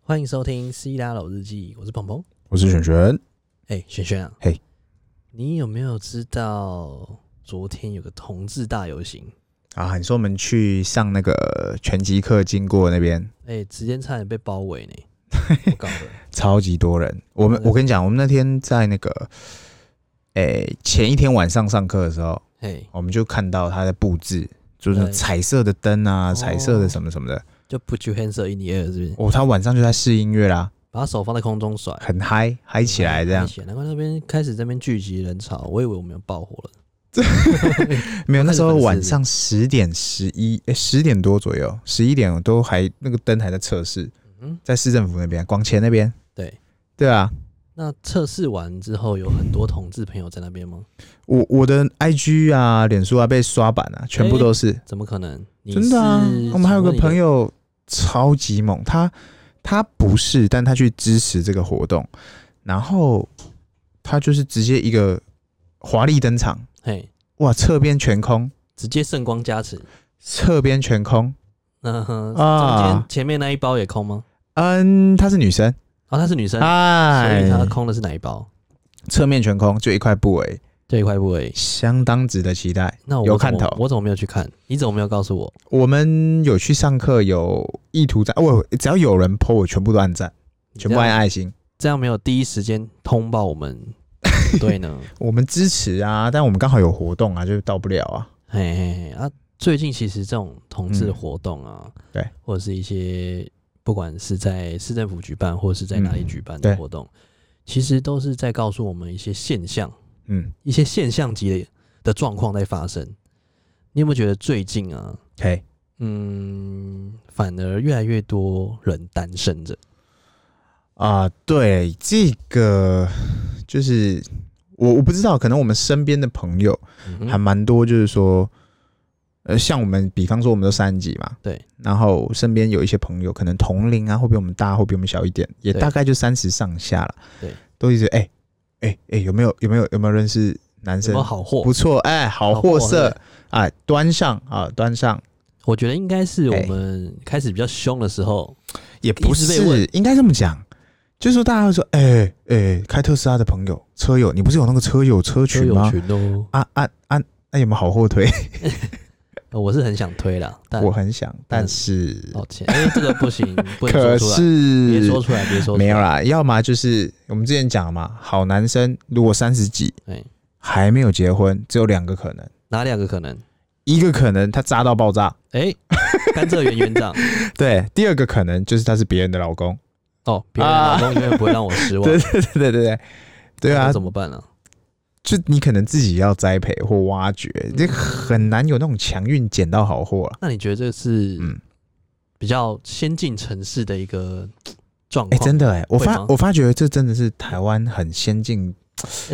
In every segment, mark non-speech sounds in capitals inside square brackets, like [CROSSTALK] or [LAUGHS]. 欢迎收听《C 大佬日记》，我是鹏鹏。我是璇璇。哎、璇璇啊，嘿，你有没有知道昨天有个同志大游行？啊，你说我们去上那个拳击课经过那边，哎、直接差点被包围 [LAUGHS] 呢，我搞的。超级多人。我们对我跟你讲，我们那天在那个，诶、前一天晚上上课的时候，嘿，我们就看到他在布置，就是那对种彩色的灯啊，哦彩色的什么什么的。就 put your hands up in the air，是不是？哦，他晚上就在试音乐啦，把手放在空中甩，很嗨，嗨起来这嗨。样起来难怪那边开始这边聚集人潮，我以为我们要爆火了。没有，那时候粉丝晚上十点十一，诶，十点多左右，十一点都还那个灯还在测试， [LAUGHS] 嗯，在市政府那边，广前那边。对。对啊，那测试完之后，有很多同志朋友在那边吗？我我的 IG 啊、脸书啊被刷版啊，全部都是、怎么可能？你真的啊是。我们还有个朋，请问你的友超级猛，他他不是，但他去支持这个活动，然后他就是直接一个华丽登场，嘿，哇，侧边全空，直接圣光加持。侧边全空，那嗯哼中啊间前面那一包也空吗？嗯，她是女生，哦，她是女生，所哎以，她空的是哪一包？侧面全空，就一块布围，这一块部位。相当值得期待。那我有怎看么头我怎么没有去看？你怎么没有告诉我？我们有去上课，有意图在，我只要有人 po，我全部都按赞，你全部这按样爱心。这样没有第一时间通报我 [LAUGHS] 们，对呢？我们支持啊，但我们刚好有活动啊，就到不了啊。嘿嘿嘿啊！最近其实这种同志嗯活动啊，对，或者是一些不管是在市政府举办，或者是在哪里嗯举办的对活动，其实都是在告诉我们一些现象，嗯，一些现象级的的状况在发生。你有没有觉得最近啊，嘿，嗯，反而越来越多人单身着？啊，对，这个就是我我不知道，可能我们身边的朋友嗯哼还蛮多，就是说，呃，像我们，比方说我们都三十几嘛，对，然后身边有一些朋友，可能同龄啊，会比我们大，会比我们小一点，也对大概就三十上下了，对，都一直哎哎哎，有没有有没有有没有认识男有生没有？好货不？错，哎，好好货货对色，哎，端上啊，端上。我觉得应该是我哎们开始比较凶的时候，也不一直被问是，应该这么讲，就是说大家会说，哎、哎、开特斯拉的朋友车友，你不是有那个车友车就群有吗？群哦。啊啊啊！那、有没有好后腿？呃我是很想推啦，但 [LAUGHS] 我很想，但但是、抱歉，因为这个不 [LAUGHS] 行，不能可说出来，别是说出来，别说出来没有。啦，要么就是我们之前讲嘛，好男生如果三十几对，还没有结婚，只有两个可能，哪两个可能？一个可能他渣到爆炸，哎，甘蔗园园 [LAUGHS] 长对，第二个可能就是他是别人的老公， [LAUGHS] 哦，别人的老公永远不会让我失望啊对，对对对对对，对啊那，怎么办呢？就你可能自己要栽培或挖掘，这很难有那种强运捡到好货了。那你觉得这是嗯比较先进城市的一个嘖状哎、况？真的哎、我会发吗我发觉这真的是台湾很先进、哎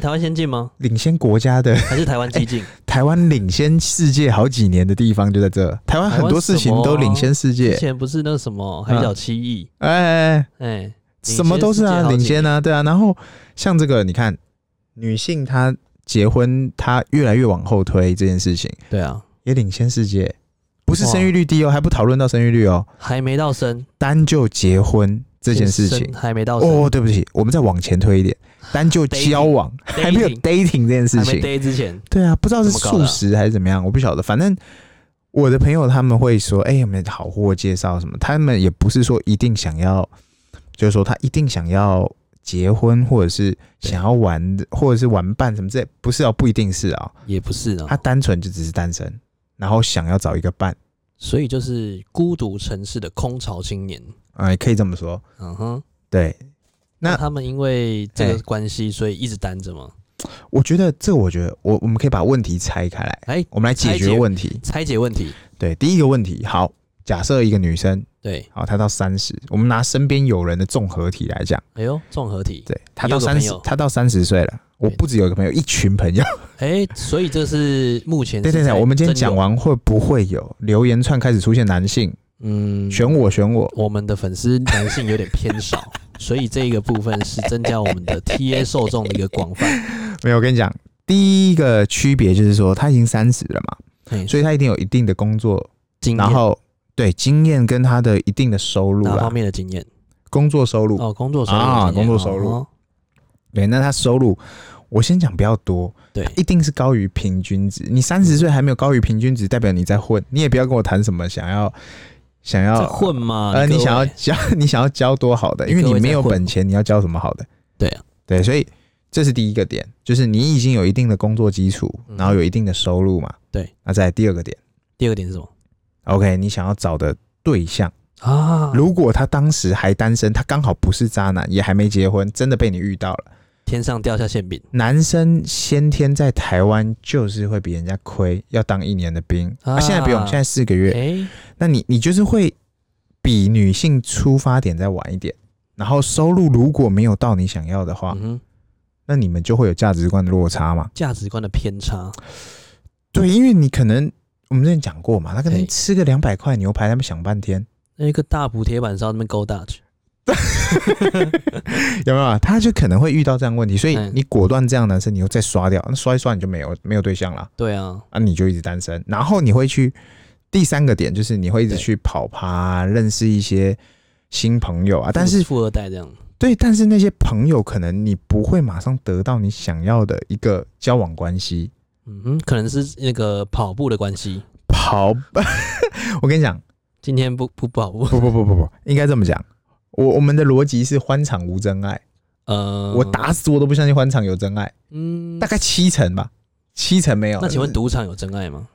台湾先进吗？领先国家的还是台湾激进？台湾领先世界好几年的地方就在这。台湾很多事情都领先世之界，前不是那什么海角七亿？哎哎、哎哎，什么都是世界好啊，几领先啊，对啊。然后像这个，你看女性她结婚，她越来越往后推这件事情，对啊，也领先世界。不是哇生育率低哦，还不讨论到生育率哦，还没到生单就结婚这件事先情生，还没到生，哦，对不起，我们再往前推一点，单就 Dating，交往 [LAUGHS] dating 还没有 dating 这件事还没情， day 之前，对啊，不知道是怎么搞的素啊食还是怎么样，我不晓得。反正我的朋友他们会说，哎、有没有好货介绍什么？他们也不是说一定想要，就是说他一定想要结婚，或者是对想要玩，嗯或者是玩伴什么之类，不是哦，不一定是啊、也不是他啊，单纯就只是单身，然后想要找一个伴，所以就是孤独城市的空巢青年。啊、也可以这么说，嗯哼，对。那哎那他们因为这个关系，所以一直单着嘛。我觉得这，我觉得我我们可以把问题拆开来，哎，我们来拆解解决问题。拆解问题，对，第一个问题，好，假设一个女生，对，好，她到三十，我们拿身边有人的综合体来讲，哎呦，综合体，对，她你有到个三朋十友，她到三十岁了，我对不只有一个朋友，一群朋 [LAUGHS] 友。哎，所以这是目前对是对对，在我们今天真有讲，完会不会有留言串开始出现男性？嗯，选我，选我。我们的粉丝男性有点偏 [LAUGHS] 少，所以这个部分是增加我们的 TA 受众的一个广泛。没有，我跟你讲，第一个区别就是说，她已经三十了嘛，嘿 [LAUGHS] 所以她一定有一定的工作，哎经验然后对经验跟她的一定的收入哪啦方。面的经验？工作收入。哦，工作收入啊这件工作收入哦对，那他收入，我先讲不要多，对一定是高于平均值。你三十岁还没有高于平均值，代表你在混。你也不要跟我谈什么想要想要在混嘛？呃，各你位想要交 [LAUGHS] 你想要交多好的，因为各你位没在有混本嘛钱，你要交什么好的？对啊，对，所以这是第一个点，就是你已经有一定的工作基础，嗯然后有一定的收入嘛。对，那再来第二个点第二个点是什么，OK，你想要找的对象，啊？如果他当时还单身，他刚好不是渣男，也还没结婚，真的被你遇到了。天上掉下馅饼男生先天在台湾就是会比人家亏，要当一年的兵。啊，现在不用，啊现在四个月。哎，那你你就是会比女性出发点再晚一点，然后收入如果没有到你想要的话，嗯哼，那你们就会有价值观的落差嘛。价值观的偏差，对，因为你可能我们之前讲过嘛，他可能嘿吃个两百块牛排，他们想半天，那一个大补铁板烧那边勾大去，有没有？他就可能会遇到这样的问题，所以嗯你果断这样的男生，你又再刷掉，那刷一刷你就没有没有对象了对啊，啊，你就一直单身，然后你会去第三个点就是你会一直对去跑趴、认识一些新朋友啊，但是富富二代这样，对，但是那些朋友可能你不会马上得到你想要的一个交往关系。嗯哼，可能是那个跑步的关系，跑， [LAUGHS] 我跟你讲，今天不不跑步，不不不不不，应该这么讲。我我们的逻辑是欢场无真爱，呃，我，打死我都不相信欢场有真爱，嗯大，概七成吧，七成没有。那请问赌场有真爱吗？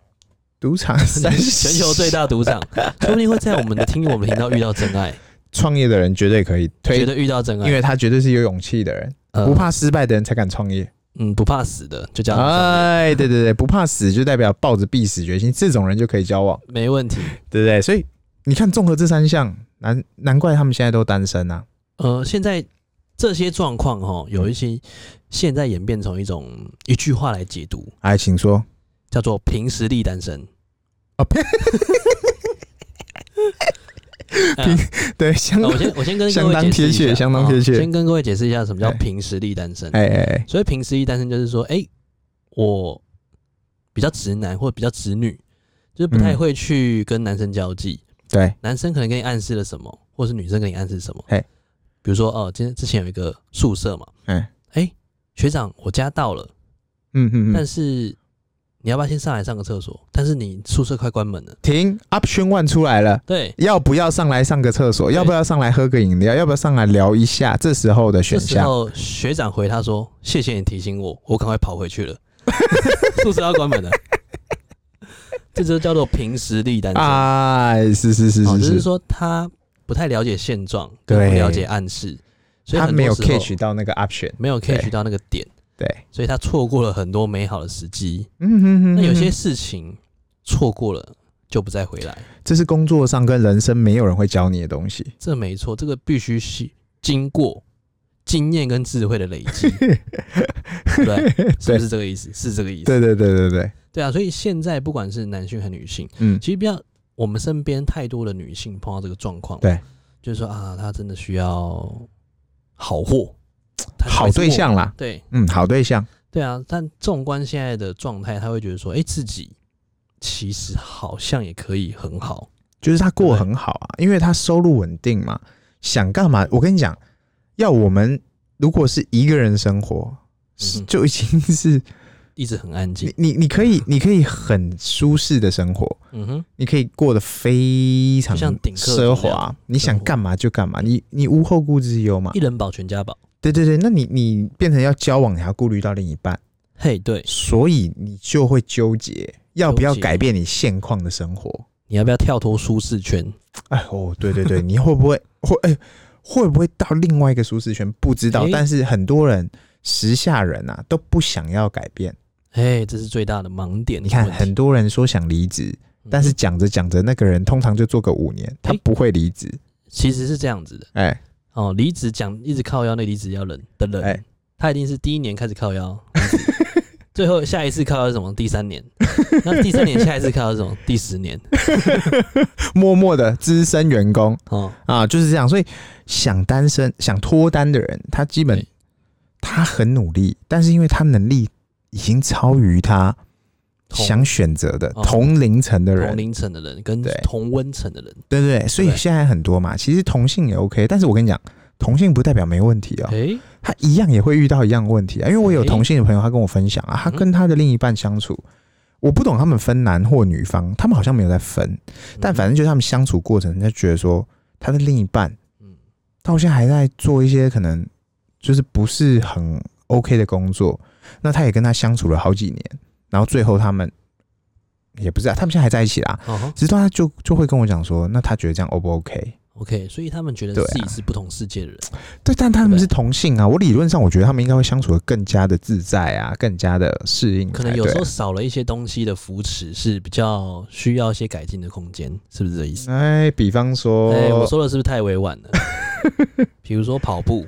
赌场三全球最大赌场，说不定会在我们的听我们频道遇到真爱， [LAUGHS] 创业的人绝对可以绝推，对遇到真爱，因为他绝对是有勇气的人，呃不，怕失败的人才敢创业。嗯，不怕死的，就叫他们真爱哎，对对对，不怕死就代表抱着必死决心，这种人就可以交往。没问题。对不对？所以你看，综合这三项，难难怪他们现在都单身啊。呃，现在这些状况哈，嗯有一些现在演变成一种一句话来解读，哎，请说。 [LAUGHS] 叫做凭实力单身。哦呸 [LAUGHS] 呃对，相呃我先我先跟各相位当解释一贴切下相当贴切哦先跟各位解释一下什么叫哎凭实力单身。 [LAUGHS] 哎哎哎，所以凭实力单身就是说，哎、我比较直男或者比较直女，就是不太嗯会去跟男生交际。对，男生可能跟你暗示了什么，或是女生跟你暗示什么。嘿比如说哦，今天之前有一个宿舍嘛，哎，哎、学长，我家到了，嗯嗯但嗯，是你要不要先上来上个厕所？但是你宿舍快关门了，停，option one 出来了。对，要不要上来上个厕所？对要不要上来喝个饮料？要不要上来聊一下？这时候的这选时项，候学长回他说：“谢谢你提醒我，我赶快跑回去了，宿舍要关门了。”这就叫做凭实力单身。哎，是是是哦，是就是是，说他不太了解现状，跟不对了解暗示，所以他很多没有时候 catch 到那个 option。没有对 catch 到那个点，对，所以他错过了很多美好的时机。嗯哼哼那有些哼事情错过了就不再回来，这是工作上跟人生没有人会教你的东西。这没错，这个必须是经过经验跟智慧的累 [LAUGHS] 积，对不对，是不是这个意思？是这个意思。对对对对对，对啊，所以现在不管是男性和女性，嗯，其实不要我们身边太多的女性碰到这个状况，对，就是说啊，她真的需要好货，她好对，象啦，对嗯，好对象，对啊。但纵观现在的状态，她会觉得说，哎、自己其实好像也可以很好，就是他过对得很好啊，因为他收入稳定嘛，想干嘛？我跟你讲，要我们如果是一个人生活，是嗯哼就已 [LAUGHS] 经是一直很安静你，你你可以你可以很舒适的生活，嗯哼，你可以过得非常就像顶客族那奢样华，你想干嘛就干嘛，你你无后顾之忧嘛一。人保全家保，对对对，那你你变成要交往，你还要顾虑到另一半，嘿，对，所以你就会纠结要不要纠结改变你现况的生活。你要不要跳脱舒适圈？哎哦，对对对，你会不会会哎、会不会到另外一个舒适圈？不知道，哎但是很多人时下人啊都不想要改变。哎，这是最大的盲点你跟问题。看，很多人说想离职，嗯但是讲着讲着，那个人通常就做个五年，他哎不会离职。其实是这样子的。哎、哦，离职讲一直靠腰，那离职要人的人，哎他一定是第一年开始靠 [LAUGHS] 腰，离职最后下一次靠腰是什么？第三年，那第三年下一次靠腰是什么？第十年。默默的资深员工哦，啊，就是这样。所以想单身、想脱单的人，他基本对他很努力，但是因为他能力已经超于他同想选择的哦同龄层的人同，龄层的人跟对同温层的人，对对对，所以对现在很多嘛，其实同性也 OK，但是我跟你讲，同性不代表没问题哦，诶，他一样也会遇到一样的问题啊。因为我有诶同性的朋友，他跟我分嗯享啊，他跟他的另一半相处，我不懂他们分男或女方，他们好像没有在嗯分，但反正就是他们相处过程，他觉得说他的另一半嗯到现在还在做一些可能就是不是很 OK 的工作，那他也跟他相处了好几年，然后最后他们也不是啊，他们现在还在一起啦。嗯哦直到他就就会跟我讲说，那他觉得这样 O 不 OK？ ，OK，所以他们觉得对啊自己是不同世界的人，对，但他对们不是对同性啊，我理论上我觉得他们应该会相处的更加的自在啊，更加的适应才可对啊。能有时候少了一些东西的扶持，是比较需要一些改进的空间，是不是这意思？哎，比方说，哎、我说的是不是太委 [LAUGHS] 婉了？比如说跑步，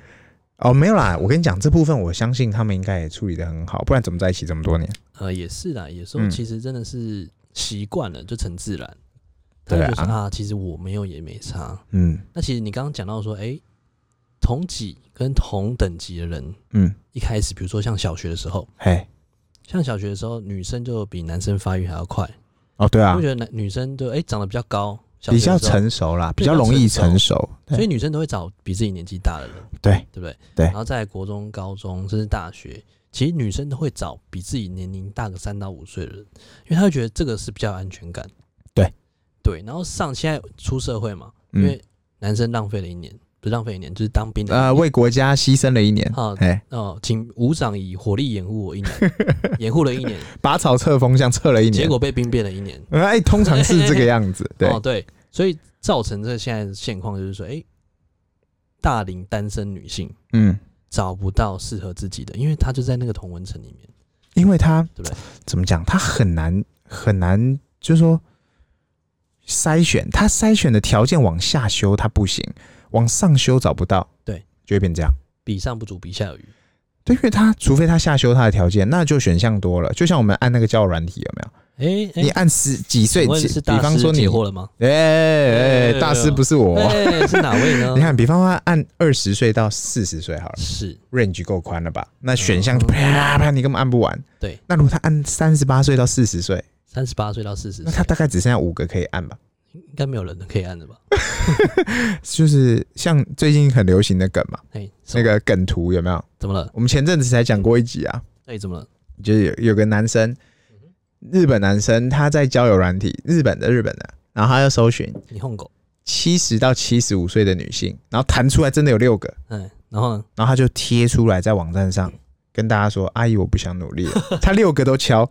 哦，没有啦，我跟你讲这部分，我相信他们应该也处理的很好，不然怎么在一起这么多年？呃，也是啦，有时候嗯其实真的是习惯了，就成自然。他对啊就说啊，其实我没有也没差。嗯那其实你刚刚讲到说，哎、同级跟同等级的人，嗯，一开始比如说像小学的时候，嘿，像小学的时候，女生就比男生发育还要快，哦，对啊会觉，得男女生就哎、长得比较高，小比学的较时候，成熟啦，比比较较容易成成熟，所以对女生都会找比自己年纪大的人，对对不对？对然后在国中、高中甚至大学，其实女生都会找比自己年龄大个三到五岁的人，因为她会觉得这个是比较有安全感。对对，然后上现在出社会嘛，因嗯为男生浪费了一年，不是浪费一年，就是当兵的一呃，年为国家牺牲了一年，好哎，哦，请伍长以火力掩护我一年，掩护了一年，拔草测风向测了 [LAUGHS] 一年，结果被兵变了一年。哎，通常是这 [LAUGHS] 个样子，对，哦，对，所以造成这现在的现况就是说，哎、大龄单身女性嗯。找不到适合自己的，因为她就在那个同文层里面。因为他对不对怎么讲，他很难很难，就是说筛选，他筛选的条件往下修他不行，往上修找不到，对，就会变这样。比上不足，比下有余。对，因为他除非他下修他的条件，那就选项多了。就像我们按那个交友软体有没有？哎、哎、你按十几岁，请问几是比大方师说你解，惑了吗？哎哎哎，哎大师不是我。哎、是哪位呢？ [LAUGHS] 你看，比方说按二十岁到四十岁好了是，range 够宽了吧？那选项嗯啪啪，你根本按不完。对，那如果他按三十八岁到四十岁，三十八岁到四十那，他大概只剩下五个可以按吧？应该没有人可以按的吧？就是像最近很流行的梗嘛，哎、什那么个梗图有没有？怎么了？我们前阵子才讲过一集啊，哎、怎么了？就是有有个男生，日本男生他在交友软体，日本的日本的，然后他要搜寻你哄狗？七十到七十五岁的女性，然后弹出来真的有六个，哎、然后呢？然后他就贴出来在网站上跟大家说：“阿姨，我不想努力 [LAUGHS] 了。”他六个都敲，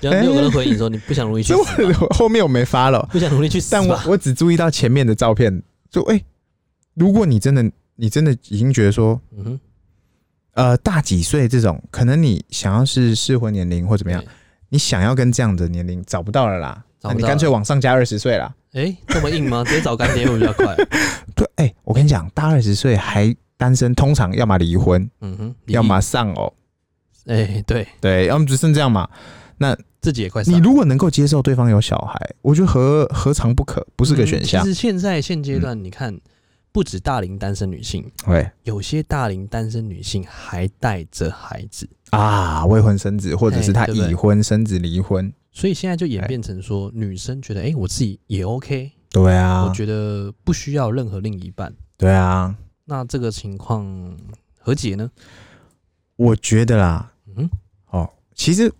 然后六个人回你说你不想 [LAUGHS] 努力去这我死吧，后面我没发了，不想努力去死但我吧？我只注意到前面的照片，就哎、如果你真的你真的已经觉得说嗯哼，呃大几岁这种，可能你想要是适婚年龄或怎么样对，你想要跟这样的年龄找不到了啦，找那不到你干脆往上加二十岁啦。哎、这么硬吗？直接找干爹会比较快。对，哎、我跟你讲，大二十岁还单身，通常要么离婚，嗯哼， [LAUGHS] 要么丧偶，哎、对对，要么只剩这样嘛。自己也快你上如果能够接受对方有小孩，我觉得何何尝不可，不不是个选项嗯嗯其。实现在现阶段，你看，不止大龄单身女性，对有些大龄单身女性还带着孩子，啊，未婚生子，或者是哎他对不对已婚生子离婚，所以现在就演哎变成说，女生觉得，哎、我自己也 OK，、对啊我，觉得不需要任何另一半。对啊，那这个情况何解呢？我觉得啦，嗯，哦，其实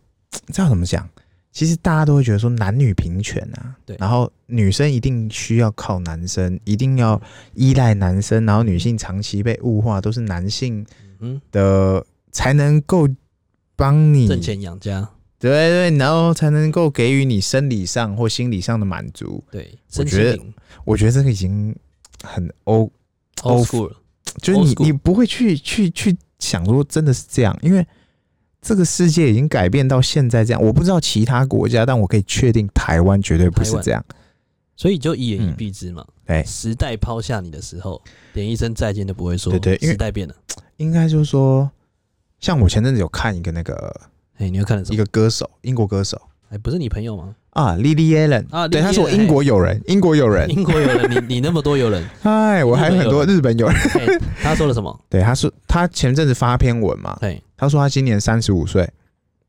这要怎么讲？其实大家都会觉得说男女平权啊，对然后女生一定需要靠男生，一定要依赖男生，然后女性长期被物化，都是男性嗯，的才能够帮你挣，钱养家，对对，然后才能够给予你生理上或心理上的满足。对，我身觉得心灵我觉得这个已经很 O， old old school，就是 Old 你 school 你不会去去去想说真的是这样，因为这个世界已经改变到现在这样。我不知道其他国家，但我可以确定台湾绝对不是这样。所以就一言以嗯蔽之嘛。对时代抛下你的时候，连一声再见都不会说。对对因为时代变了。应该就是说，像我前阵子有看一个那个哎、你要看的什一么？个歌手，英国歌手哎，不是你朋友吗？啊，Lily Allen，啊对， Lily 他是我 Allen，英国友人，英国友人，英国有人，你你那么多有人，嗨，我还有很多日本友人。嘿他说了什么？对，他说他前阵子发篇文嘛，对，他说他今年三十五岁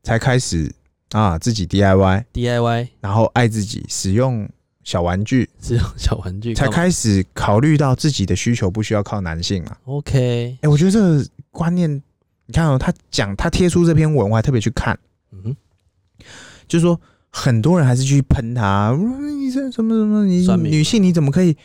才开始啊，自己 DIY， DIY 然后爱自己，使用小玩具，只有小玩具才干嘛开始考虑到自己的需求不需要靠男性啊。 OK，哎、我觉得这个观念，你看哦，他讲他贴出这篇文，我还特别去看，嗯哼，就是说很多人还是去喷他，嗯你这什么什么，你算命女性你怎么可以？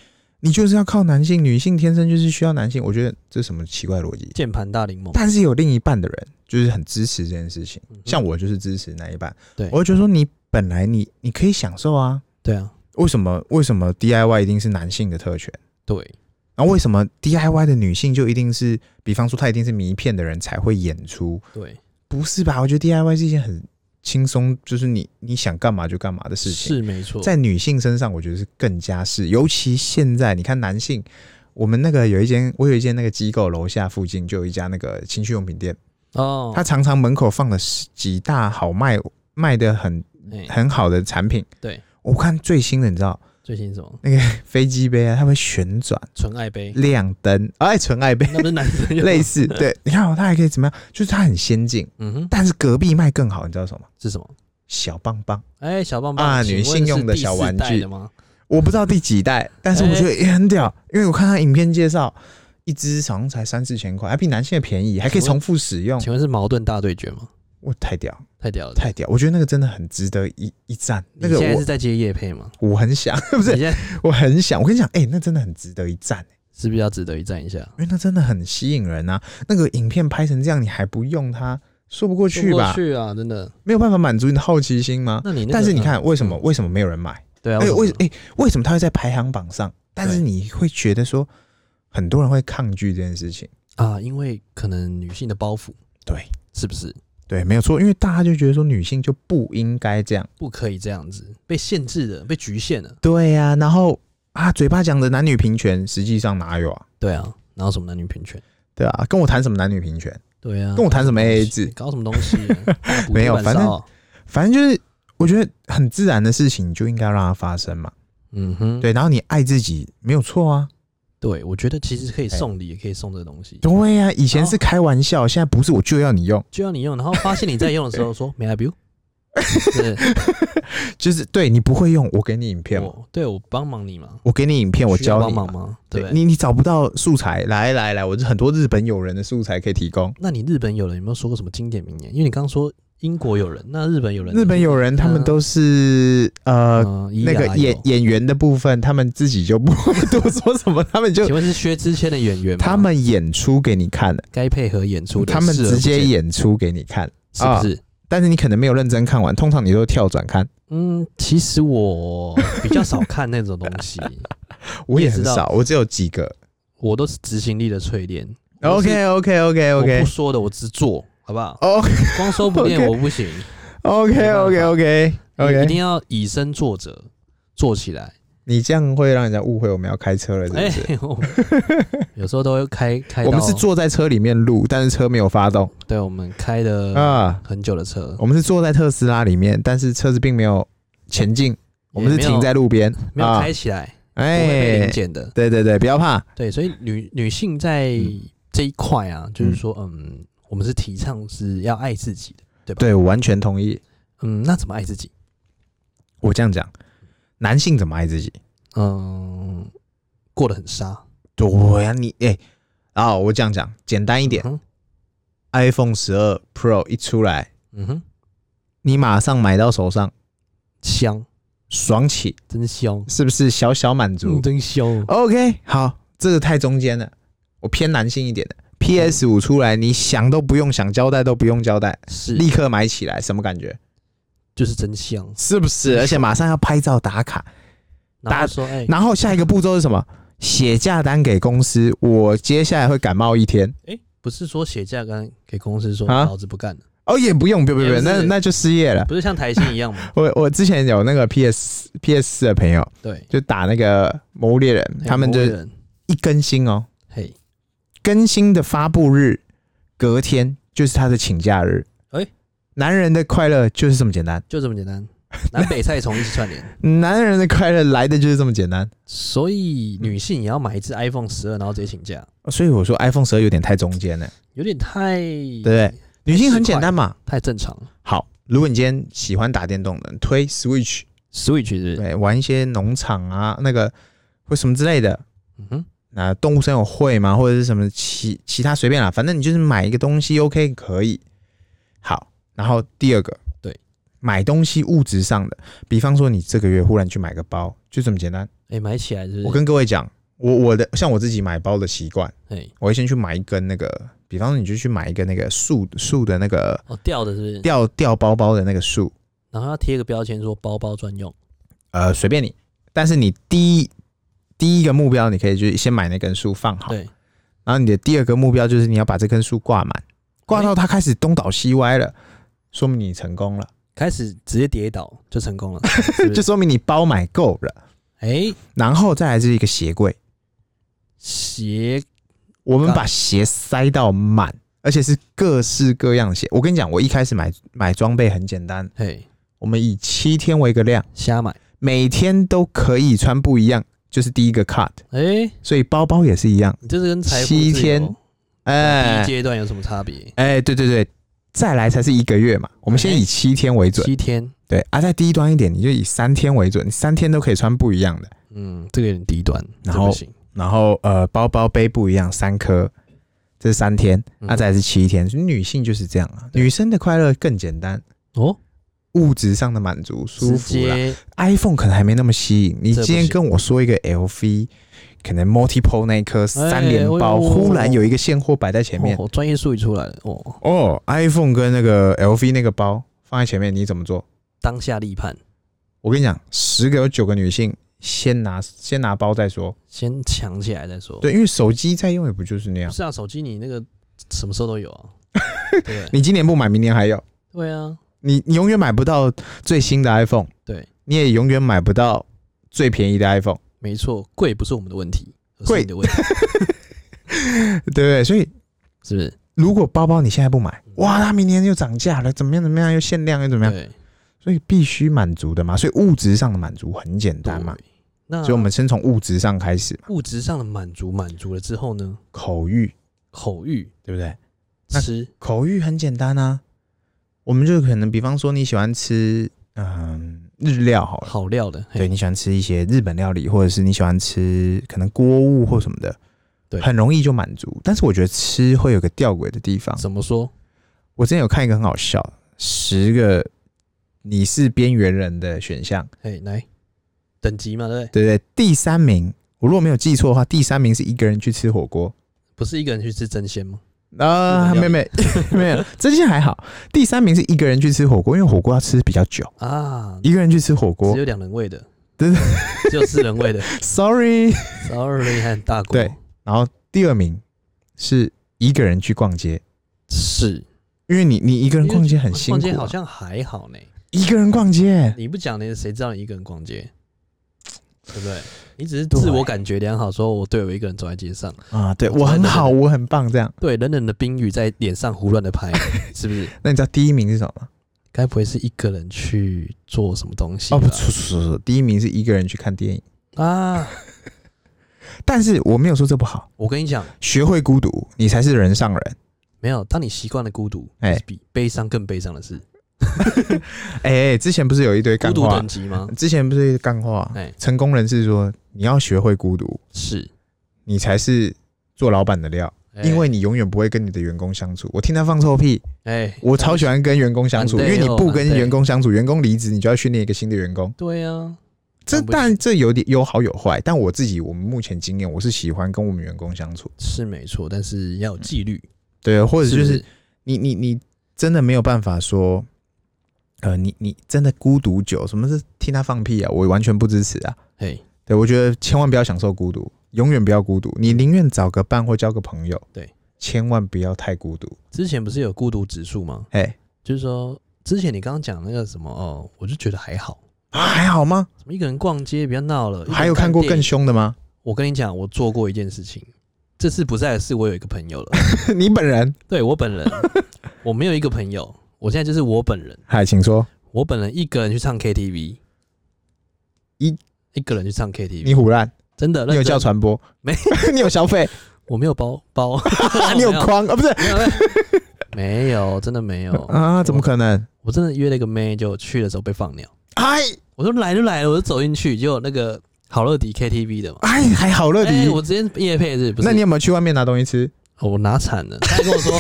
你就是要靠男性，女性天生就是需要男性。我觉得这是什么奇怪的逻辑？键盘大柠檬，但是有另一半的人就是很支持这件事情，嗯哼像我就是支持那一半。对我就觉得说你本来你你可以享受啊，对啊，为什么为什么 DIY 一定是男性的特权？对，然后为什么 DIY 的女性就一定是，比方说她一定是迷片的人才会演出？对，不是吧？我觉得 DIY 是一件很轻松，就是你你想干嘛就干嘛的事情。是没错，在女性身上，我觉得是更加是，尤其现在你看男性，我们那个有一间，我有一间那个机构楼下附近就有一家那个情趣用品店，哦，它常常门口放了十几大好卖卖的很哎，很好的产品。对，我看最新的，你知道最新什么飞机杯啊，它会旋转纯爱杯，亮灯，哎，纯爱杯那不是男生有类似，对，你看哦，它还可以怎么样？就是它很先进，嗯哼，但是隔壁卖更好，你知道什么？是什么？小棒棒。哎，小棒棒啊请女性问是用的第小四玩代具的吗？我不知道第几代，但是我哎觉得也很屌，因为我看他影片介绍，一只好像才三四千块，还比男性的便宜，还可以重复使用。请问是矛盾大对决吗？哇，太屌，太屌了！嗯太屌！我觉得那个真的很值得一一战。那个你现在是我在接叶配吗？我很想， [LAUGHS] 不不是你现在我很想，我跟你讲，哎、那真的很值得一战、是不是要值得一战一下？因为那真的很吸引人啊。那个影片拍成这样，你还不用它，说不过说去吧？不过去啊，真的。没有办法满足你的好奇心吗？那你那个但是你嗯看，为什么为什么没有人买？对啊，哎、为为哎什、么诶为什么他会在排行榜上？但是对你会觉得说，很多人会抗拒这件事情。啊？因为可能女性的包袱对是不是对，没有错，因为大家就觉得说女性就不应该这样。不可以这样子被限制的、被局限的？对呀、然后啊，嘴巴讲的男女平权，实际上哪有啊？对啊，哪有什么男女平权？对啊，跟我谈什么男女平权？对啊，跟我谈什么搞什么 AA 东西制？搞什么东西啊？大 [LAUGHS] 补没有铁板反正烧反正就是我觉得很自然的事情，你就应该让它发生嘛。嗯哼，对对，然后你爱自己没有错啊。对，我觉得其实可以哎送礼，也可以送这个东西。对呀、以前然后是开玩笑，现在不是我就要你用，就让你用，然后发现你在用的时候说 [LAUGHS] “May I b [LAUGHS] you”，是就是对你不会用，我给你影片嘛，我对我帮忙你嘛，我给你影片，我哦需要教帮你嘛忙。吗？对对不对，你，你找不到素材，来来来，我这很多日本友人的素材可以提供。那你日本友人有没有说过什么经典名言？因为你刚刚说英国友人，那日本友人，日本友人他们都是呃呃那个演，演员的部分，他们自己就不会多说什么，他 [LAUGHS] 们就就请问是薛之谦的演员吗？他们演出给你看的，该配合演出的，他们视而直接不见演啊出给你看，是不是？但是你可能没有认真看完，通常你都跳转看。嗯，其实我比较少看那种东 [LAUGHS] 西，我也也知很道少，我只有几个。我都是执行力的淬炼。我是 OK OK OK 我 OK 哦不说的，我只做，好不好？ OK 光说不练 OK 我不行 OK OK OK 一 OK，定要以身作则，做起来。你这样会让人家误会我们要开车了，是哎不是？、 [LAUGHS] 我有时候都会开开到，我们是坐在车里面录，但是车没有发动对我们开的啊。很久的车，我们是坐在特斯拉里面，但是车子并没有前进，我们是没有停在路边，没有啊开起来，不会被哎零，检的。对对对，不要怕，对，所以女女性在嗯这一块啊，就是说，嗯，我们是提倡是要爱自己的，对吧？，对我完全同意。嗯，那怎么爱自己？我这样讲，男性怎么爱自己？嗯，过得很沙对呀、你哎啊、我这样讲，简单一一点、嗯 i p h o n e 十二 Pro 一出来，哼嗯哼，你马上买到手上，香，爽起，真香，是不是小小满足、嗯，真香。 o k 好，这个太中间了，我偏男性一点的。PS 五出来，你想都不用想，交代都不用交代，是，立刻买起来，什么感觉？就是真香。是不是？而且马上要拍照打卡，然打后说，哎、然后下一个步骤是什么？写价单给公司，我接下来会感冒一天。哎、不是说写价单给公司说啊老子不干了，哦，也不用，不用，不也用，不是那那就失业了。不是像台新一样吗？我我之前有那个 PS PS 四的朋友， [LAUGHS] 对，就打那个《魔物猎人》，哎他们就某人一更新哦，嘿，更新的发布日隔天就是他的请假日。哎男人的快乐就是这么简单，就这么简单，南北菜虫一起串联。男人的快乐来的就是这么简单。所以女性也要买一只 iPhone 十二，然后直接请假，所以我说 iPhone 十二有点太中间了，有点太哎对不对？女性很简单嘛，太正常了。好，如果你今天喜欢打电动的，推 Switch， Switch 是不是？对，玩一些农场啊，那个或什么之类的，嗯哼，那动物森友会嘛，或者是什么其其他随便啦，反正你就是买一个东西，OK 可以。好，然后第二个，对，买东西物质上的，比方说你这个月忽然去买个包，就这么简单。哎、买起来是不是？我跟各位讲，我我的像我自己买包的习惯，哎，我会先去买一根那个，比方说你就去买一个那个树树的那个哦，掉的是不是？吊吊包包的那个树，然后要贴个标签说包包专用，呃，随便你。但是你第一第一个目标，你可以去先买那根树放好，对，然后你的第二个目标就是你要把这根树挂满，挂到它开始东倒西歪了，说明你成功了，开始直接跌倒就成 [LAUGHS] 功了，是不就是说明你包买够了。哎、然后再来是一个鞋柜，鞋我们把鞋塞到满，而且是各式各样的鞋。我跟你讲，我一开始买买装备很简单，嘿我们以七天为一个量，瞎买，每天都可以穿不一样，就是第一个 cut，哎、所以包包也是一样。你这是跟财富七自由天第哎一阶段有什么差别？哎，对对对，再来才是一个月嘛。我们先以七天为准，哎七天，对啊，再低端一点，你就以三天为准，你三天都可以穿不一样的。嗯，这个有点低端，然这后不行，然后呃，包包背不一样，三颗，这是三天，那、嗯再来是七天。女性就是这样啊，对女生的快乐更简单，哦，物质上的满足舒直服啦。接 iPhone 可能还没那么吸引，你这不今天行跟我说一个 LV，可能 Multiple 那一颗三连哎包，哎哎哎忽然有一个现货摆在前面，哦，专业术语出来了，哦，哦，iPhone 跟那个 LV 那个包放在前面，你怎么做？当下立判，我跟你讲，十个有九个女性先拿先拿包再说，先抢起来再说。，对，因为手机在用也不就是那不样。是啊，手机你那个什么时候都有 [LAUGHS] 啊，对不对你今年不买，明年还有，对啊，你你永远买不到最新的 iPhone，对，你也永远买不到最便宜的 iPhone，没错，贵不是我们的问题，而是贵你的问题，对不对？所以是不 [LAUGHS] 是？如果包包你现在不买，哇，它明年又涨价了，怎么样怎么样，又限量又怎么样，嗯对，所以必须满足的嘛。所以物质上的满足很简单嘛，对。那所以我们先从物质上开始嘛，物质上的满足满足了之后呢，口欲，口欲对不对？那吃口欲很简单啊，我们就可能比方说你喜欢吃嗯日料好了，好料的，嘿对你喜欢吃一些日本料理，或者是你喜欢吃可能锅物或什么的，对很容易就满足。但是我觉得吃会有个吊诡的地方。怎么说？我之前有看一个很好笑的，十个你是边缘人的选项，哎，来等级嘛，对不对？对不对？第三名，我如果没有记错的话，第三名是一个人去吃火锅。不是一个人去吃真鲜吗？啊、日没本料理没没有， [LAUGHS] 真心还好。第三名是一个人去吃火锅，因为火锅要吃比较久，啊，一个人去吃火锅只有两人位的， [LAUGHS] 真的，只有四人位的 [LAUGHS] ，sorry。 ，sorry 和大锅，对，然后第二名是一个人去逛街，是因为你你一个人逛街很辛逛苦、街啊好，像还好呢。一个人逛街，你不讲呢，谁知道你一个人逛街？对不对？你只是自我感觉良好，说我对我一个人走在街上，啊，对我我很好，真我很棒，这样。对冷冷的冰雨在脸上胡乱的 [LAUGHS] 拍，是不是？那你知道第一名是什么吗？该不会是一个人去做什么东西哦，不吧？错错错错，第一名是一个人去看电影，啊！但是我没有说这不好，我跟你讲，学会孤独，你才是人上人。没有，当你习惯了孤独，哎哎，比悲伤更悲伤的事，哎、之前不是有一堆孤干独话等，级吗？之前不是有一堆干话，哎成功人士说你要学会孤独，是，你才是做老板的料，哎因为你永远不会跟你的员工相处。我听他放臭屁，哎，我超喜欢跟员工相处，因蛮对为你不哦跟蛮对员工相处，员工离职，你就要训练一个新的员工。对啊，这蛮不但这有点有好有坏，但我自己我们目前经验，我是喜欢跟我们员工相处，是没错，但是要有纪律，对，或者就是不是你你你真的没有办法说，呃，你你真的孤独久，什么是听他放屁啊？我完全不支持啊！哎，对我觉得千万不要享受孤独，永远不要孤独，你宁愿找个伴或交个朋友，对，千万不要太孤独，之前不是有孤独指数吗？哎、就是说，之前你刚刚讲那个什么哦，我就觉得还好，啊，还好吗？什么一个人逛街不要闹了，一个人还有看过电更影凶的吗？ [LAUGHS] 我跟你讲，我做过一件事情，这次不在的是我有一个朋友了，你本人，对我本 [LAUGHS] 人，我没有一个朋友，我现在就是我本人，嗨，请说，我本人一个人去唱 KTV，一一个人去唱 KTV，你胡乱。真的，你有认真叫传播？没？你有消费？我没有包包 [LAUGHS] ，你有没有 [LAUGHS] 框啊？不是，没有没有没有，真的没有啊？怎么我可能？我真的约了一个妹，就去的时候被放鸟。哎我说来就来了，我就走进去，结果那个好乐迪 KTV 的嘛，哎，还好乐哎迪。我直接夜配是不是？那你有没有去外面拿东西吃？哦我拿惨了，他还跟我 [LAUGHS] 说，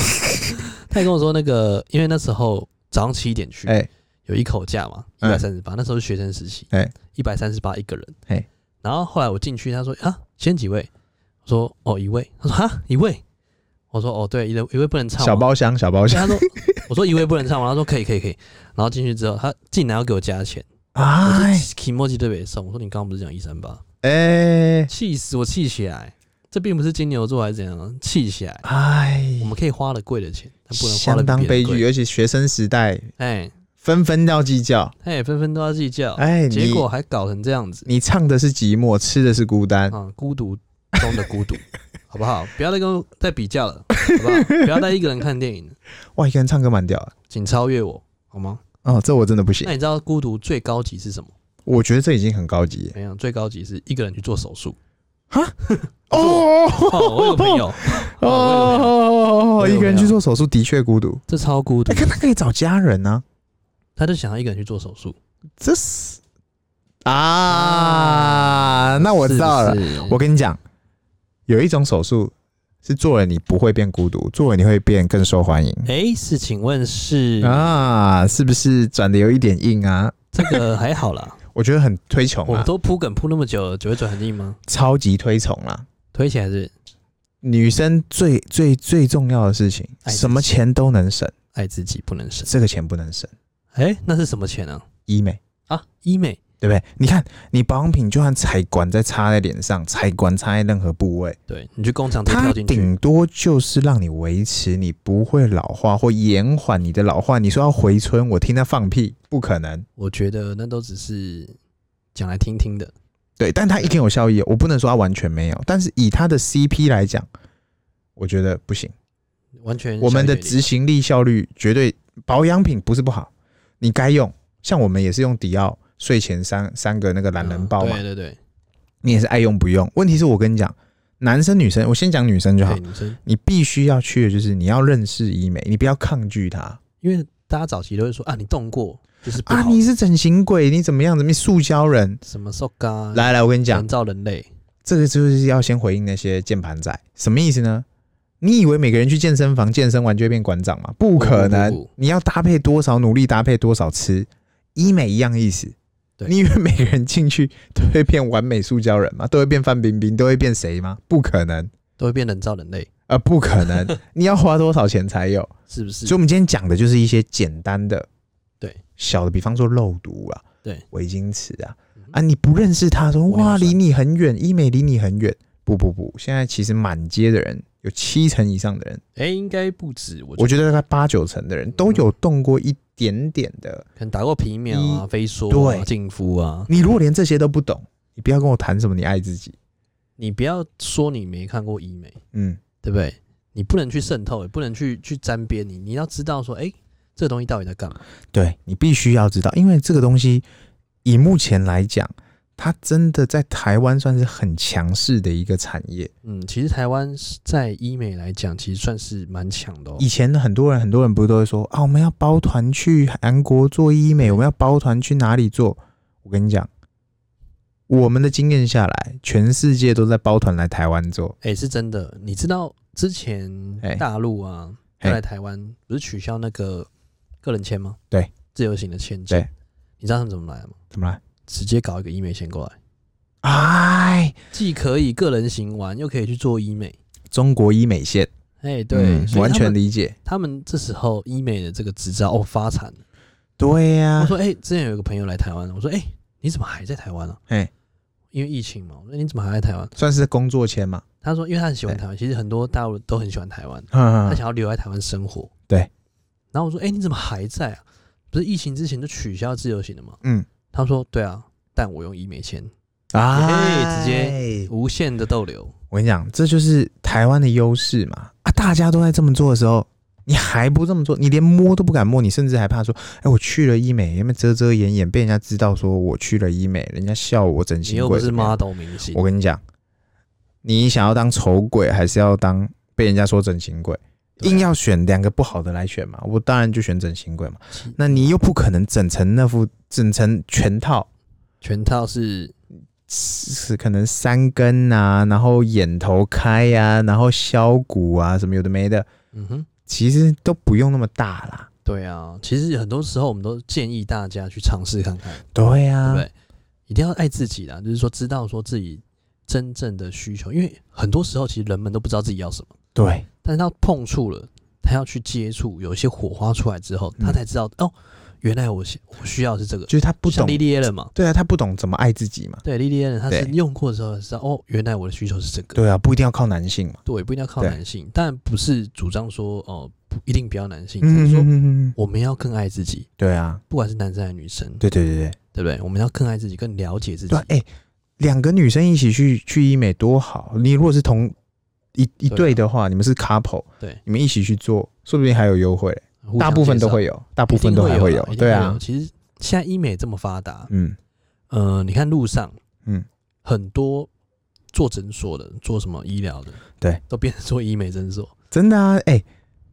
他还跟我说那个，因为那时候早上七点去，哎有一口价嘛，一嗯百三十八，那时候是学生时期，哎一百三十八一个人，哎然后后来我进去，他说啊，先几位，我说哦一位，他说哈一位，我说哦对，一位一位不能唱，小包厢，小包对，厢他说 [LAUGHS] 我说一位不能唱嘛，他说可以可以可以，然后进去之后，他竟然要给我加钱，我啊！哎说 emoji 对北送，我说你刚刚不是讲一三八，哎气死我气起来，这并不是金牛座还是怎样啊，气起来。哎我，们可以花了贵的钱，但不能花了相当比别悲人贵剧，。尤其学生时代，哎纷纷要计较。哎，纷纷都要计较，哎，结你果还搞成这样子你唱的是寂寞，吃的是孤单。啊！孤独中的孤独， [LAUGHS] 好不好？不要再跟我再比较了，好不好？不要再一个人看电影了， [LAUGHS] 哇，一个人唱歌蛮屌的。请超越我，好吗？哦，这我真的不行那。你知道孤独最高级是什么？我觉得这已经很高级了。没有，最高级是一个人去做手 [LAUGHS] 术。哦哦，我有个 [LAUGHS] 朋友，哦，哦，我有没有一个人去做手术的确孤独。这超孤独哎，，可他可以找家人啊。他就想要一个人去做手术。这是啊，那我知道了是。不是我跟你讲，有一种手术是做了你不会变孤独，做了你会变更受欢迎。哎，是，请问是啊，是不是转的有一点硬啊？这个还 [LAUGHS] 好啦，我觉得很推崇我啊，都铺梗铺那么久了，只会转很硬吗？超级推崇啊。推起来是女生最最最重要的事情，爱自己什么钱都能省，爱自己不能省。这个钱不能省，哎、那是什么钱啊？医美。啊，医美对不对？你看，你保养品就算采管再插在脸上，采管插在任何部位，对你去工厂直接它跳进去，顶多就是让你维持你不会老化或延缓你的老化。你说要回春，我听他放屁，不可能。我觉得那都只是讲来听听的。对，但它一定有效益哦，我不能说它完全没有，但是以它的 CP 来讲，我觉得不行。完全我们的小姐姐执行力效率绝对，保养品不是不好，你该用。像我们也是用迪奥睡前三三个那个懒人包嘛，嗯对对对，你也是爱用不用。问题是我跟你讲，男生女生，我先讲女生就好对。女生，你必须要去的就是你要认识医美，你不要抗拒它因为大家早期都会说啊，你动过就是不好啊！你是整形鬼，你怎么样？怎么你塑胶人？什么受嘎，来来，我跟你讲人，造人类，这个就是要先回应那些键盘仔，什么意思呢？你以为每个人去健身房健身完就会变馆长吗？不可能，不不不你要搭配多少努力，搭配多少吃，医美一样意思。对你以为每个人进去都会变完美塑胶人吗？都会变范冰冰，都会变谁吗？不可能，都会变人造人类，呃，不 [LAUGHS] 可能，你要花多少钱才有？是不是所以，？我们今天讲的就是一些简单的，对小的，比方说肉毒啊，对围巾池啊嗯，啊，你不认识他说玻尿哇，酸离你很远，医美离你很远。不不不，现在其实满街的人有七成以上的人，哎、应该不嗯止，我我觉觉得大概八九成的人都有动过一点点的。得可能打过皮秒啊、飞梭对啊、净肤啊，你如果连这些都不懂，你不要跟我谈什么你爱自己，你不要说你没看过医美，嗯，对不对？你不能去渗透，也不能去去沾边，你你要知道说，哎、这个东西到底在干嘛？对你必须要知道，因为这个东西以目前来讲，它真的在台湾算是很强势的一个产业。嗯，其实台湾是在医美来讲，其实算是蛮强的、哦。以前的很多人，很多人不是都会说啊，我们要包团去韩国做医美，我们要包团去哪里做？我跟你讲，我们的经验下来，全世界都在包团来台湾做。哎、是真的。你知道之前哎大陆啊，哎要来台湾不是取消那个个人签吗？对，自由行的签证对。你知道他们怎么来的吗？怎么了？直接搞一个医美先过来，哎，既可以个人行玩，又可以去做医美。中国医美线，哎、对，嗯所以完他全们理解。他们这时候医美的这个执照哦发惨了。对呀、我说，哎、之前有一个朋友来台湾，我说，哎、你怎么还在台湾啊？哎，因为疫情嘛。我说你怎么还在台湾？算是工作签嘛。他说，因为他很喜欢对台湾，其实很多大陆都很喜欢台湾，嗯他想要留在台湾生活。对。然后我说，哎、你怎么还在啊？不是疫情之前就取消自由行了吗？嗯，他说，对啊，但我用医美签，哎，直接。无限的逗留。我跟你讲，这就是台湾的优势嘛！啊，大家都在这么做的时候，你还不这么做，你连摸都不敢摸，你甚至还怕说，哎、我去了医美，因为遮遮掩掩，被人家知道说我去了医美，人家笑我整你形又鬼不怎是么样。 model 明星我，跟你讲，你想要当丑鬼，还是要当被人家说整形鬼？对啊硬要选两个不好的来选嘛，我当然就选整形柜嘛是。那你又不可能整成那副整成全套，全套是是可能三根啊，然后眼头开呀、然后削骨啊，什么有的没的，嗯哼。其实都不用那么大啦。对啊，其实很多时候我们都建议大家去尝试看看，对啊呀、对不对？一定要爱自己啦，就是说知道说自己真正的需求，因为很多时候其实人们都不知道自己要什么，对但是他碰触了，他要去接触，有一些火花出来之后，嗯他才知道、哦，原来我需我需要的是这个。就是他不像懂，莉莉 a 人嘛，对啊，他不懂怎么爱自己嘛。对莉莉 a 人，他是对用过之后才知道哦，原来我的需求是这个。对啊，不一定要靠男性嘛。对，不一定要靠对男性，但不是主张说哦、不一定不要男性，只嗯是嗯说嗯嗯，我们要更爱自己，对啊，不管是男生还是女生。对对对对对不对？我们要更爱自己，更了解自己对啊，。哎、两个女生一起去去医美多好！你如果是同一对一啊对的话，你们是 couple，对，你们一起去做，说不定还有优惠。互相大部分都介绍，会有，大部一定分都还会会有啦。有一定对会啊有，其实现在医美这么发达，嗯呃，你看路上，嗯，很多做诊所的、做什么医疗的，对，都变成做医美诊所。真的啊，哎、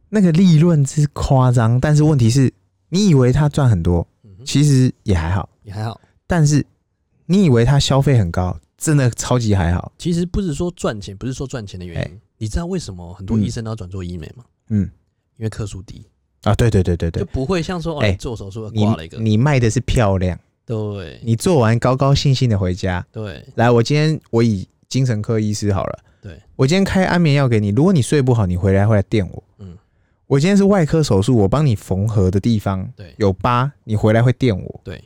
那个利润是夸张，但是问题是，你以为他赚很多，嗯哼，其实也还好，也还好。但是你以为他消费很高，真的超级还好。其实不是说赚钱，不是说赚钱的原因。你知道为什么很多哎嗯医生都要转做医美吗？嗯，因为克数低，啊，对对对对就对，不会像说哦，哎你做手术你挂了一个，你卖的是漂亮，对你做完高高兴兴的回家。对来，我今天我以精神科医师好了，对，我今天开安眠药给你，如果你睡不好，你回来会来电我。嗯我今天是外科手术，我帮你缝合的地方对有疤，你回来会电我。对，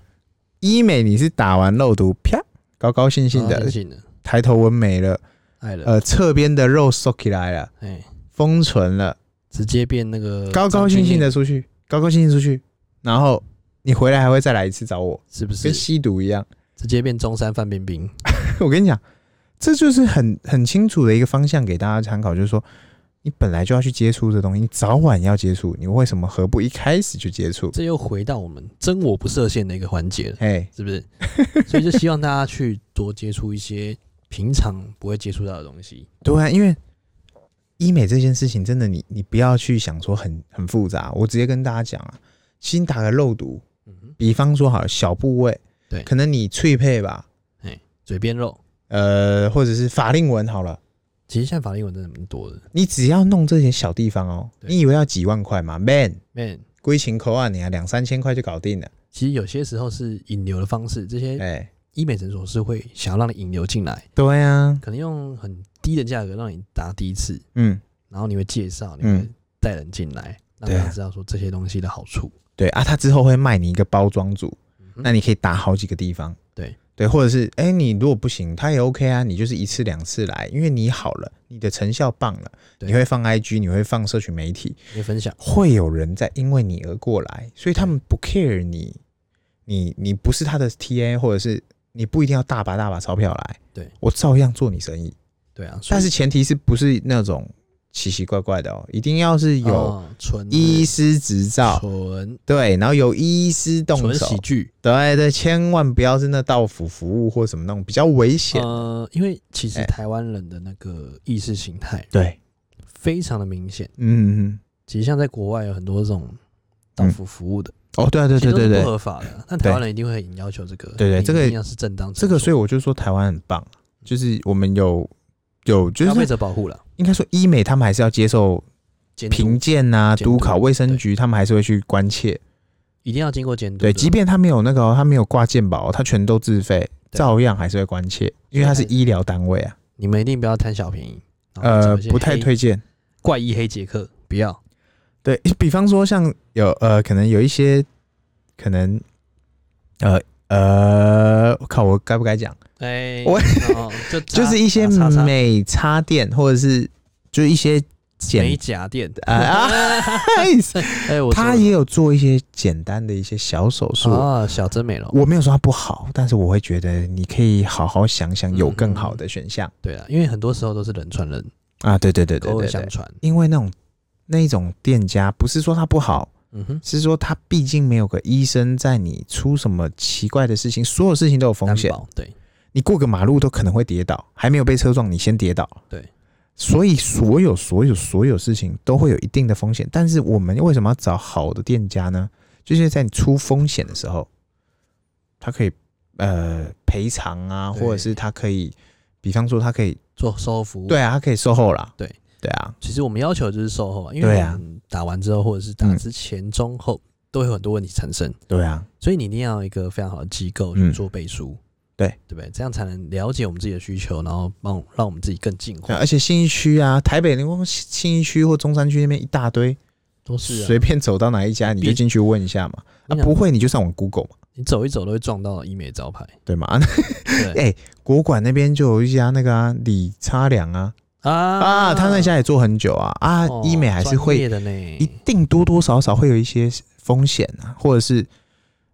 医美你是打完肉毒，啪，高高兴兴高高的，兴哦的，抬头纹没了，爱了，呃，侧边的肉收起来了，哎，封存了，直接变那个高高兴兴的出去，高高兴兴出去，然后你回来还会再来一次找我，是不是跟？吸毒一样。直接变中山范冰冰。 [LAUGHS] 我跟你讲，这就是很很清楚的一个方向给大家参考，就是说。你本来就要去接触这东西，你早晚要接触，你为什么何不一开始就接触？这又回到我们真我不设限的一个环节了，哎，是不 [LAUGHS] 是？所以就希望大家去多接触一些平常不会接触到的东西。 [LAUGHS] 对啊，因为医美这件事情，真的你你不要去想说很很复杂，我直接跟大家讲啊，先打个肉毒，嗯哼，比方说好了小部位，对可能你脆配吧，嘴边肉，呃，或者是法令纹好了，其实现在法令纹真的蛮多的。你只要弄这些小地方哦，对你以为要几万块吗？Man， Man，归情口岸你啊，两三千块就搞定了，其实有些时候是引流的方式，这哎、些医美诊所是会想要让你引流进来，对啊，可能用很低的价格让你打第一次，嗯，然后你会介绍，你嗯会带人进来，让对啊大家知道说这些东西的好处。嗯对啊，他之后会卖你一个包装组，啊那你可以打好几个地方，对对，或者是哎、你如果不行，他也 OK 啊，你就是一次两次来，因为你好了，你的成效棒了，对你会放 IG，你会放社群媒体，你分享，会有人在因为你而过来，所以他们不 care 你，你你不是他的 TA，或者是你不一定要大把大把钞票来，对我照样做你生意，对啊，所以但是前提是不是那种奇奇怪怪的哦，一定要是有哦纯医师执照，纯对，然后有医师动纯手喜。剧。对对，千万不要是那到府服务或什么那种比较危险。呃，因为其实哎台湾人的那个意识形态对，非常的明显。嗯，其实像在国外有很多这种到府服务的，哦，对啊对其实对都对是不对，合法的，但台湾人一定会很要求这个。对对这个一定要是正当这个所以以我就说台湾很棒，就是我们有有就消费是者保护了，应该说医美他们还是要接受监督评鉴呐、监督督考、卫生局他们还是会去关切。一定要经过监督的。对，即便他没有那个哦、他没有挂健保，他全都自费，对照样还是会关切，因为他是医疗单位啊。你们一定不要贪小便宜，然后呃找一，些不太黑推荐。怪异黑杰克，不要。对，比方说像有呃，可能有一些可能呃呃，我靠，我该不该讲？哎，我 [LAUGHS] 哦就就是一些美美插店，或者是就是一些美简甲店的。啊啊， [LAUGHS] 哎，我他说也有做一些简单的一些小手术。啊，小真美容。我没有说它不好，但是我会觉得你可以好好想嗯想，有更好的选项、对啊，因为很多时候都是人传人，啊！对对对对口耳对相对，传。因为那种那一种店家，不是说他不好，嗯哼，是说他毕竟没有个医生在你出什么奇怪的事情，所有事情都有风担险。保对你过个马路都可能会跌倒，还没有被车撞，你先跌倒。对，所以所有所有所有事情都会有一定的风险，但是我们为什么要找好的店家呢？就是在你出风险的时候，他可以呃赔偿啊，对或者是他可以，比方说他可以，做售后服务。对啊，他可以售后啦，对对啊，其实我们要求的就是售后啊，因为对我啊嗯们打完之后，或者是打之前、中、后，都会有很多问题产生，对啊，所以你一定要有一个非常好的机构去嗯做背书，对对不对？这样才能了解我们自己的需求，然后帮我让我们自己更进化。而且信义区啊，台北灵光信义区或中山区那边一大堆，都是啊随、便走到哪一家你就必进去问一下嘛，我啊跟你讲不会你就上网 Google 嘛，你走一走都会撞到医美招牌，对吗？ [LAUGHS] 啊对国馆那边就有一家那个啊李差良啊，啊啊，他那家也做很久啊啊，哦医美还是专会业的一呢，定多多少少会有一些风险啊，或者是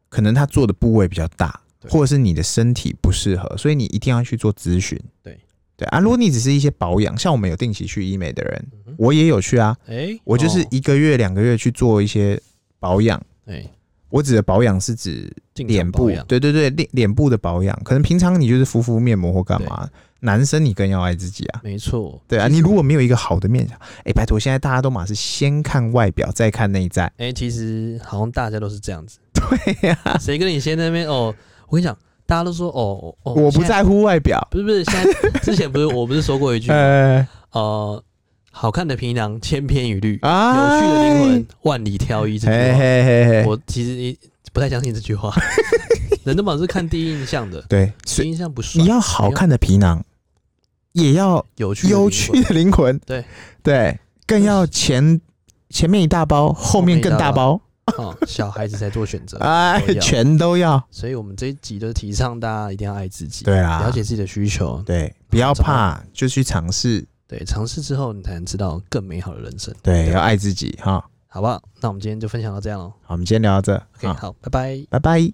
可能他做的部位比较大，对或者是你的身体不适合，所以你一定要去做咨询。对对啊，如果你只是一些保养，像我们有定期去医美的人，嗯哼我也有去啊，哎，我就是哦一个月两个月去做一些保养。哎，我指的保养是指进脸部保养，对对对，脸脸部的保养，可能平常你就是敷敷面膜或干嘛，男生你更要爱自己啊。没错，对啊，其你实如果没有一个好的面相，哎、拜托，现在大家都嘛是先看外表，再看 [LAUGHS] 内在。哎，其实好像大家都是这 [LAUGHS] 样子，对呀、谁跟你先在那边哦？我跟你讲，大家都说哦哦，我不现在，在乎外表。不是不是，现在之前不是我不是说过一 [LAUGHS] 句呃呃，好看的皮囊千篇一律，有啊趣的灵魂，万里挑一这哎嘿句嘿嘿话，嘿，我其实也不太相信这句 [LAUGHS] 话，人都嘛是看第一印象的，对，第所一以印象不帅你，要好看的皮囊，也要有趣的灵有魂趣的灵魂，对对，更要前前面一大包，后面更大包，哦，小孩子才做选择，哎都，要全都要。所以我们这一集就是提倡大家一定要爱自己，对啊啦，了解自己的需求，对，不要怕，就去尝试，对，尝试之后你才能知道更美好的人生，对，要爱自己哈。好不好？那我们今天就分享到这样喽好，我们今天聊到这，OK，啊，好，拜拜。拜拜。